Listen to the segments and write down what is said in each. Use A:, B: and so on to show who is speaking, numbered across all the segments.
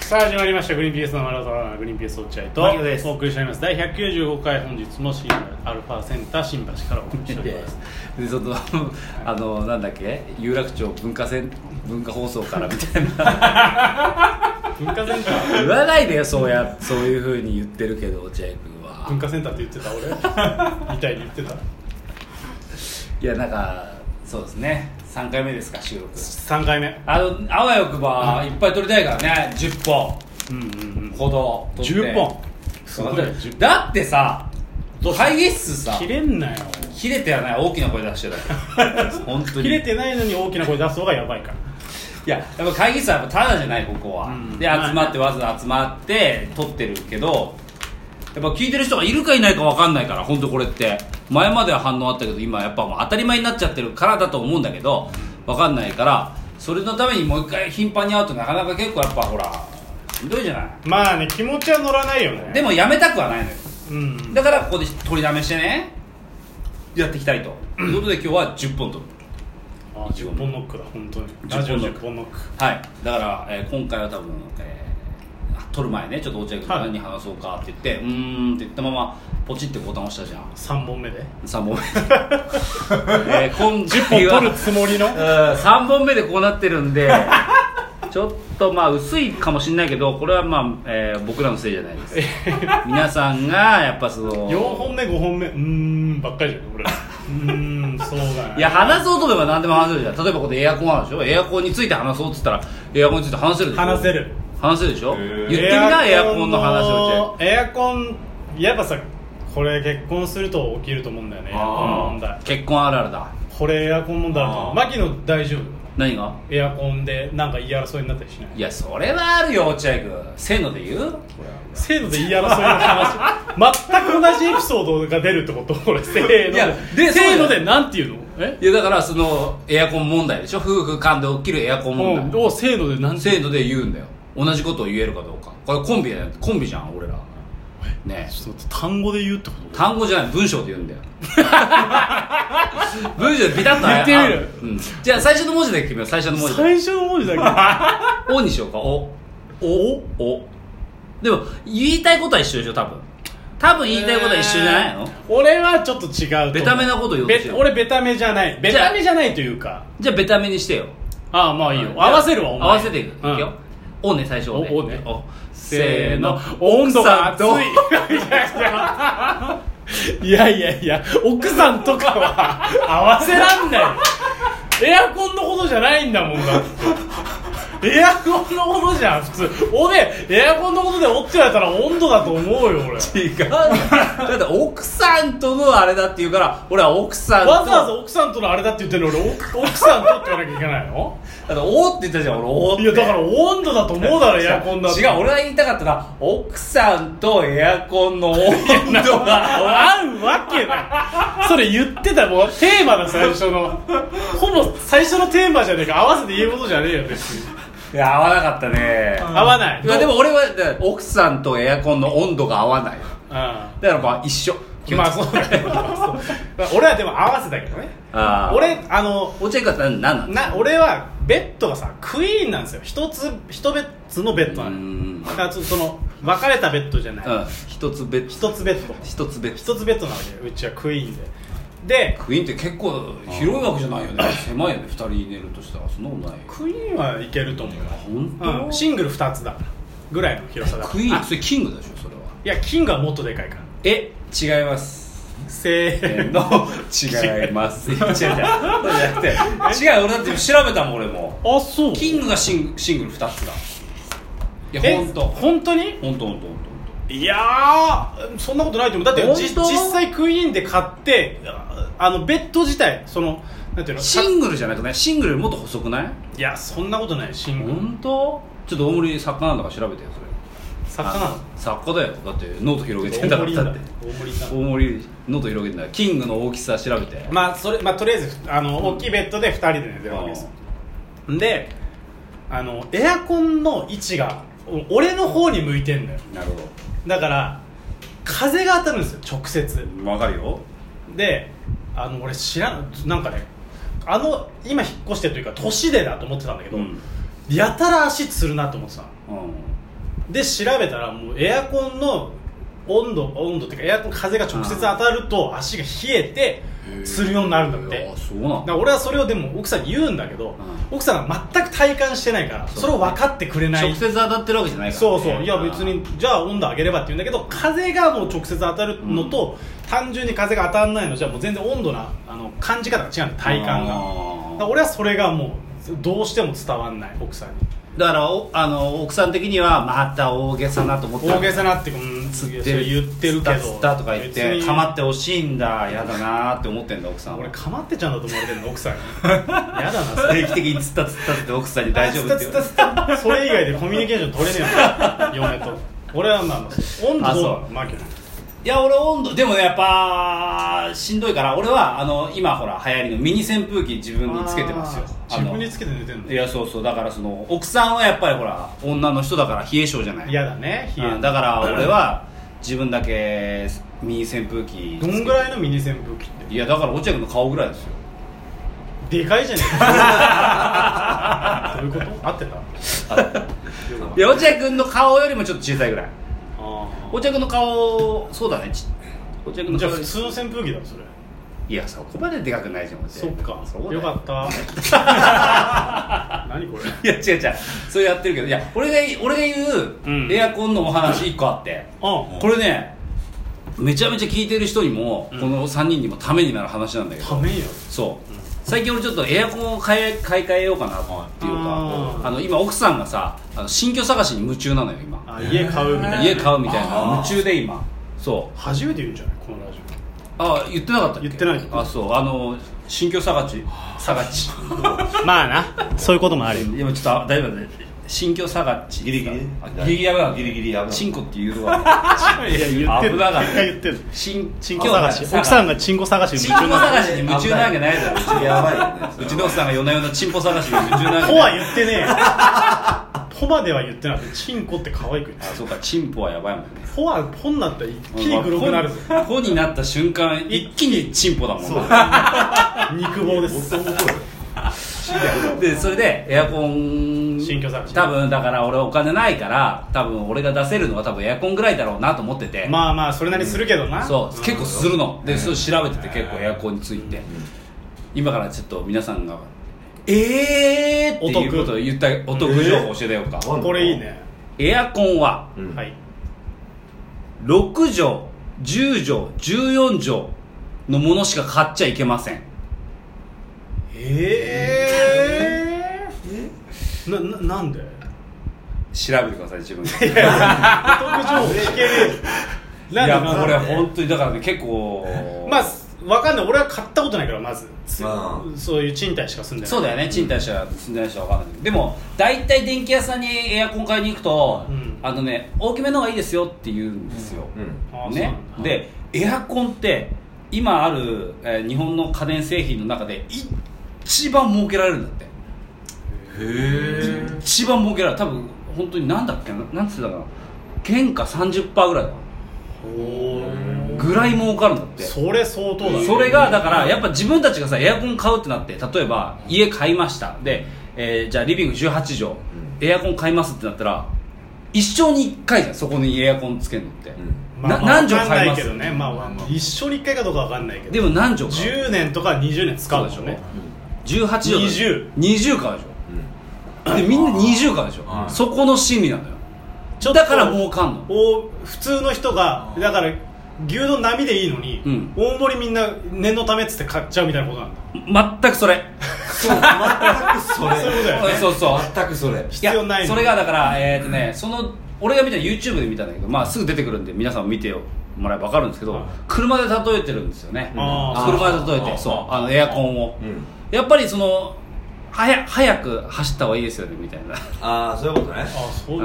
A: さあ始まりました「グリーンピースの丸太のグリーンピース落合」
B: 牧野です
A: とお送りしております第195回本日も新アルファセンター新橋からお送りしております
B: でそのあのなんだっけ有楽町文化セン文化放送からみたいな
A: 文化センター
B: 言わないでよそうやそういうふうに言ってるけど落合君
A: 文
B: は
A: 化センターって言ってた俺 みたいに言ってた
B: いやなんかそうですね3回目ですか収録
A: 3回目
B: あのあわよくばいっぱい撮りたいからね10本
A: うんうん
B: ほど撮って
A: 10本すごいね
B: だ
A: 10
B: だってさ会議室さ
A: 切れんなよ
B: 切れてはない大きな声出してた よ本当に
A: 切れてないのに大きな声出す方がやばいから
B: いややっぱ会議室はやっぱただじゃないここは、
A: うん
B: で集まってわざわざ集まって撮ってるけどやっぱ聞いてる人がいるかいないか分かんないから本当これって前までは反応あったけど今やっぱもう当たり前になっちゃってるからだと思うんだけど分かんないからそれのためにもう一回頻繁に会うとなかなか結構やっぱほらしんどいじゃない
A: まあね気持ちは乗らないよね
B: でもやめたくはないのよ
A: うんうん
B: だからここで取りだめしてねやっていきたいと、 ということで今日は10本撮る
A: あ10本ノックだ本当にラジオ10本ノック
B: はい、だから、えー今回は多分、えー撮る前ねちょっと落合君と
A: はい
B: 何話そうかって言って、うーんって言ったままポチってボタン押したじゃん
A: 3本目で
B: 3本目、 えー、今
A: 10本
B: 回は
A: 取るつもりの
B: 3本目でこうなってる んでちょっとまあ薄いかもしれないけどこれはまあ、えー僕らのせいじゃない です皆さんがやっぱその
A: 4本目5本目うーんばっかりじゃん俺らうーんそうだね
B: いや話そうと思えば何でも話せるじゃん例えばここでエアコンあるでしょエアコンについて話そうっつったらエアコンについて話せるでしょ
A: 話せる
B: 話せるでしょ、
C: へー
B: 言ってみなエアコンの話を
A: をエアコンやっぱさこれ結婚すると起きると思うんだよねエアコンの問題
B: 結婚あるあるだ
A: これエアコン問題だと思
B: あ
A: う
B: ー
A: 牧野大丈夫
B: 何が
A: エアコンでなんか言い争いになったりしない
B: いやそれはあるよ落合君せーので言う
A: 制度で言い争いの話全く同じエピソードが出るってことこれせーの
B: いやで
A: せー
B: そ
A: の
B: うだ
A: で
B: よ
A: なんて言うのえ
B: いやだからそのエアコン問題でしょ夫婦間で起きるエアコン
A: も
B: 問
A: う
B: 題
A: おせーのでなんて
B: せーので言うんだよ同じことを言えるかどうかこれコンビだよコンビじゃん俺らねえ
A: ちょっと待って単語で言うってこと
B: 単語じゃない文章で言 うんだよ文章でビタッと
A: 言ってみる
B: あうんじゃあ最初の文字で決めよう最初の文字で
A: 最初の文字だけど
B: 「お」にしようか「お」「お」「お」でも言いたいことは一緒でしょ多分多分言いたいことは一緒じゃないの、
A: 俺はちょっと違うと思う
B: ベタめなこと言おうとして
A: べ
B: る
A: 俺ベタめじゃないベタめじゃないというか
B: じゃあベタめにしてよ
A: ああまあいいよ
B: じゃあ
A: 合わせるわお前
B: 合わせていく、
A: うん
B: いくよおね最初おね
A: おおね
B: せーの
A: 温度が熱
B: 奥さんと
A: いいやいやいや奥さんとかは合わせらんないエアコンのことじゃないんだもんだってエアコンのことじゃん普通おねエアコンのことでおって言われたら温度だと思うよ俺
B: 違う だって奥さんとのあれだって言うから俺は奥さんと
A: わざわざ奥さんとのあれだって言ってるのに俺お奥さんとって言わなきゃいけないの
B: だっておって言ったじゃん俺おって
A: いやだから温度だと思うだろエアコンだって
B: 違う俺は言いたかったら奥さんとエアコンの温度が
A: 合うわけないそれ言ってたもうテーマだ最初のほぼ最初のテーマじゃねえか合わせて言うことじゃねえよ別に
B: いや合わなかったね
A: 合わない
B: いやでも俺はだから奥さんとエアコンの温度が合わないだ
A: う
B: からまあ一緒
A: んまあそうだけ どそう俺はでも合わせたけどね
B: あー
A: 俺あの
B: 落合君は何なの
A: な俺はベッドがさクイーンなんですよ一つ一つのベッドな
B: う
A: の
B: ん
A: だからちょっとその分かれたベッドじゃない、
B: うん一つベッド
A: 一つベッド
B: 一つベッド
A: 一つベッドなわけようちはクイーンでで
B: クイーンって結構広いわけじゃないよね狭いよね二人寝るとしたらそんなことないよ
A: クイーンはいけると思うよ
B: 本
A: うん、
B: 当
A: シングル2つだからぐらいの広さだから
B: クイーン
A: あ
B: それキングでしょそれはい
A: やキングはもっとでかいから
B: え違います
A: せーの
B: の違い ます違う違うそうじゃなくて違う俺だって調べたもん俺も
A: あそう
B: キングがシンシングル2つだい
A: え
B: や本当本
A: 本当に
B: 当本当本
A: いやーそんなことないと思うだって
B: 本当
A: じ実際クイーンで買ってああのベッド自体そのなんていうの
B: 当シングルじゃなくないシングルよりもっと細くない
A: いやそんなことないシングル
B: 本当ちょっと大森作家なんだから調べてよそれ
A: 作家なの
B: 作家だよだってノート広げてんだ
A: 大
B: か
A: 盛り
B: らだ
A: だ
B: って
A: 大盛りだ
B: 大森ノート広げてんだからキングの大きさ調べて
A: まあそれまあとりあえずあの、大きいベッドで2人で寝てるわけですよであのエアコンの位置がお俺の方に向いてんだよ
B: なるほ
A: だから風が当たるんですよ直接
B: どわかるよ
A: であの俺知らんなんかねあの今引っ越してというか都市でだと思ってたんだけど、
B: うん
A: やたら足つるなと思ってたの
B: うん
A: で調べたらもうエアコンの温度温度っていうかエアコン風が直接当たると足が冷えてするようになるんだっ
B: い
A: て
B: やそうな
A: だ
B: ん
A: か
B: だ
A: ら俺はそれをでも奥さんに言うんだけど、奥さんは全く体感してないから
B: そう
A: それを分かってくれない
B: 直接当たってるわけじゃないから
A: そうそう
B: ね
A: いや別にじゃあ温度上げればって言うんだけど風がもう直接当たるのと、単純に風が当たらないのじゃもう全然温度なあの感じ方が違うんだ体感が
B: あー
A: だから俺はそれがもうどうしても伝わんない奥さんに
B: だからおあの奥さん的にはまた大げさなと思って
A: 大げさなってうんすげえそれ言ってるけど
B: つったつったとか言っ
A: 別
B: て
A: に
B: かまってほしいんだやだなーって思ってんだ奥さ ん
A: 俺
B: は
A: かまってちゃんだと思われてるの奥 さんにやだなそれ
B: 定期的につったつったって奥さんに大丈夫って言
A: あつったつったつったそれ以外でコミュニケーション取れねえの嫁と俺はまあまあ温
B: あ
A: 度
B: そ
A: ど
B: う
A: うまあけど
B: いや俺温度でもねやっぱしんどいから俺はあの今ほら流行りのミニ扇風機自分につけてますよ
A: あー
B: あ
A: 自
B: の
A: 分につけて寝てんの
B: いやそうそうだからその奥さんはやっぱりほら女の人だから冷え性じゃない
A: 嫌だね冷え
B: うんだから俺は自分だけミニ扇風機
A: どんぐらいのミニ扇風機っ
B: いやだから落合君の顔ぐらいですよ
A: てでかいじゃね えかどういうこと合ってた
B: いや落合君の顔よりもちょっと小さいぐらい
A: あ
B: 落合君の顔そうだねち落合君
A: ー
B: の
A: じゃ
B: 顔
A: あ普通の扇風機だそれ
B: いやそこまででかくないじゃん落合
A: そっか
B: そうだ
A: よかった 何これ
B: いや違う違うそうやってるけどいや俺が俺が言
A: うん
B: うエアコンのお話一個あって、
A: あ
B: これねめちゃめちゃ聞いてる人にも、この3人にもためになる話なんだけど
A: ためよ
B: そう、最近俺ちょっとエアコンを買い買い替えようかなっていうか
A: あ
B: あ
A: ー
B: の今奥さんがさあの新居探しに夢中なのよ今
A: あ家買うみたいな
B: 家買うみたいな
C: あ
B: 夢
C: ー
B: 中で今そう
A: 初めて言うんじゃないこのラジオ
B: あ言ってなかったっけ
A: 言ってない
B: あそうあの新居探し探 し
A: まあなそういうこともあるよ
B: でもちょっとあ大丈夫だね新居探し
C: ギリギリ
B: あギリギリやばい
C: ギリギリやばい
B: チンコっていうのは
A: いや言ってる
B: 危なかった
A: 言ってる
B: 新
A: チンコ探し奥さんがチンコ探しに
B: チン
A: 夢
B: コ
A: 中な
B: 探しに夢中なわけないだろうち
C: やばいよね
B: うちの奥さんが夜な夜なチンポ探しに夢中なわけ
A: ポは
B: ない
A: 言ってねえよポまでは言ってなくてチンコって可愛く言って
B: あそうかチンポはやばいもんね
A: ポはポになったら一気に黒くなるぜ
B: まあポポになった瞬間一気にチンポだもん
C: そう
B: な
A: 肉棒です
C: もっともこ
B: でそれでエアコン
A: 新居探し
B: 多分だから俺お金ないから多分俺が出せるのは多分エアコンぐらいだろうなと思ってて、
A: まあまあそれなりするけどな
B: そう結構
A: す
B: するのでそれ調べてて結構エアコンについて今からちょっと皆さんが「えー!」っていうことを言ったお得情報教えてようか、
C: お得
A: これいいね
B: エアコンは
C: れ、うん
A: はい
B: 6畳10畳14畳のものしか買っちゃいけません
A: ええなななんで
B: 調べてください自分でい
A: お得情報聞けねえなんで
B: や
A: なんで
B: これ本当にだからね結構
A: まあわかんない俺は買ったことないからまず
C: ああ
A: そういう賃貸しか住んでない
B: そうだよね賃貸者住んでない人は分かんないけどでも大体電気屋さんにエアコン買いに行くと、
A: うん
B: あのね大きめの方がいいですよって言うんですよ、
C: うん
A: ああ
B: ね
A: そうなんだ
B: でエアコンって今ある、えー日本の家電製品の中で一番儲けられるんだって
C: へえ
B: 一番儲けられる多分本当になんだっけななんつってたかな原価30%ぐらいだ
A: おー
B: ぐらい儲かるんだって
A: それ相当だね
B: それがだからやっぱ自分たちがさエアコン買うってなって例えば家買いましたで、えーじゃあリビング18畳、エアコン買いますってなったら一生に1回じゃんそこにエアコンつけるのって、
A: まあ
B: な
A: まあ
B: 何畳買いま
A: わかん
B: す
A: ないけどねまあまあまあ一生に一回かどうかわかんないけど
B: でも何畳買う
A: 10年とか20年使うでしょうね
B: 18畳だ
A: 20
B: 20買うでしょでみんな20買うでしょ、
C: はい
B: そこの心理なのよ
A: ちょっと
B: だから儲かんの
A: お普通の人がだから牛丼並でいいのに、
B: うん
A: 大盛りみんな念のためっつって買っちゃうみたいなことなんだ
B: 全く それ
C: そう全くそれ
A: そういうことだよね
B: そうそう
C: 全くそれ
A: 必要ないの
B: やそれがだからえっ、とねその俺が見た YouTube で見たんだけど、まあ、すぐ出てくるんで皆さんも見てもらえば分かるんですけど、
A: はい
B: 車で例えてるんですよね、
A: あー
B: 車で例え
A: あー
B: てそうあのエアコンを、
C: うん
B: やっぱりそのはや早く走った方がいいですよねみたいな
C: ああそういうことね
A: あそ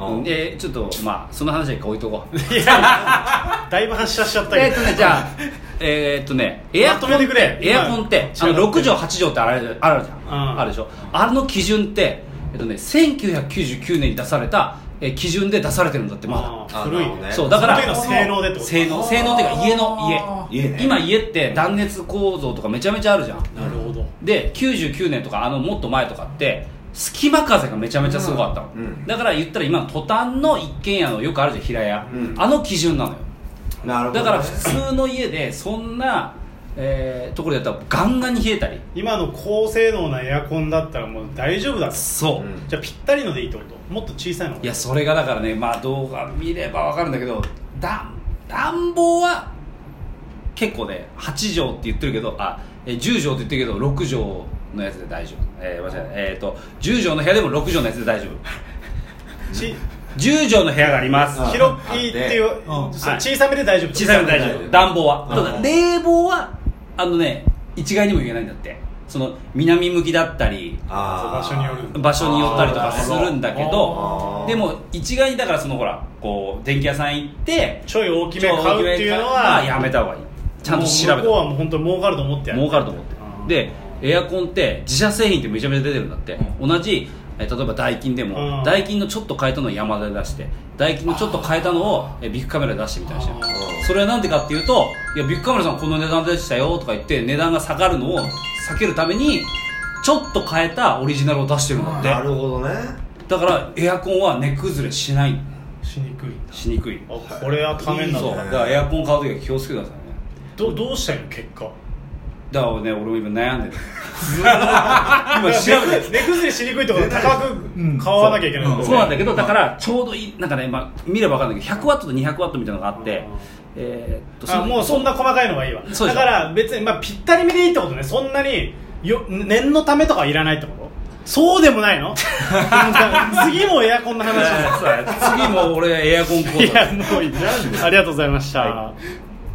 C: あ
B: うんでちょっとまあその話は一回置いとこう
A: いやだいぶ発射しちゃったけ
B: えっ
A: ど
B: とねじゃあえーっとねエアコン
A: まとめ
B: って
A: くれ
B: てエアコンってあ
A: 違う
B: の6畳8畳ってあれあるじゃん、
A: うん
B: あるでしょあれの基準って、えっとね、1999年に出された、えー基準で出されてるんだってま
A: あー
C: あ
A: 古い
C: なるほど
B: だ
C: ね
A: ね
B: そうだから
A: その時の性能でってこと
B: 性能性能っていうか家の家
C: 家ね
B: 今家って断熱構造とかめちゃめちゃあるじゃん
A: なるほど
B: で99年とかあのもっと前とかって隙間風がめちゃめちゃすごかったの、
C: うんうん
B: だから言ったら今のトタンの一軒家のよくあるじゃん平屋、
C: うん
B: あの基準なのよ
C: なるほど、
B: だから
C: ね、
B: 普通の家でそんな、えーところでやったらガンガンに冷えたり
A: 今の高性能なエアコンだったらもう大丈夫だと
B: そう、
C: うん
A: じゃあぴったりのでいいってこともっと小さいのが
B: いやそれがだからねまあ動画見ればわかるんだけど暖暖房は結構ね8畳って言ってるけどあえ10畳って言ってるけど6畳のやつで大丈夫、えー、間違えたえっ、と10畳の部屋でも6畳のやつで大丈夫
A: ち
B: 10畳の部屋があります
C: うん
A: 広いっていう、
C: うん
A: そう小さめで大丈夫
B: 小さいの大丈
C: う
B: 夫
C: ん
B: 暖房は
C: うん
B: ただ冷房はあのね一概にも言えないんだってその南向きだったり
C: あー
A: そう場所による
B: 場所によったりとかするんだけ
C: あ
B: ど
C: ー
B: でも一概にだからそのほらこう電気屋さん行って
A: ちょい大きめ買うっていうのは
B: まあやめた方がいいちゃんと調
A: もう
B: べ
A: 向こうは
B: た
A: もう本当に儲かると思ってやる
B: 儲かると思って
A: うん
B: でエアコンって自社製品ってめちゃめちゃ出てるんだって、同じえー例えばダイキンで
A: う
B: も
A: ん
B: ダイキンのちょっと変えたのを山田で出してダイキンのちょっと変えたのをえービッグカメラで出してみたりしてる
C: あー
B: それはなんでかっていうといやビッグカメラさんこの値段でしたよとか言って値段が下がるのを避けるためにちょっと変えたオリジナルを出してるんだって
C: なるほどね
B: だからエアコンは値崩れしない
A: しにくいんだ
B: しにくい
A: あこれはためにな
B: そう
A: る
B: だ
A: ね
B: からエアコン買う時は気をつけてくださいね
A: どどうしたいの結果
B: だからね俺も今悩ん でる今調 べて
A: 値崩れしにくいってことは高く買わなきゃいけないんだよね
B: そうなんだけどだからちょうどいいなんかね、まあ、見れば分かるんだけど100ワットと200ワットみたいなのがあって
A: うん
B: えーっと
A: あ
B: の
A: もうそんな細かいのがいいわ
B: そうで
A: だ
B: し
A: か
B: ょ
A: ら別に、まあ、ぴったりめでいいってことねそんなによ念のためとかはいらないってことそうでもない の次もエアコンの
B: そう
A: 話
B: だね次も俺エアコン講
A: い
B: 座
A: やもういいありがとうございました、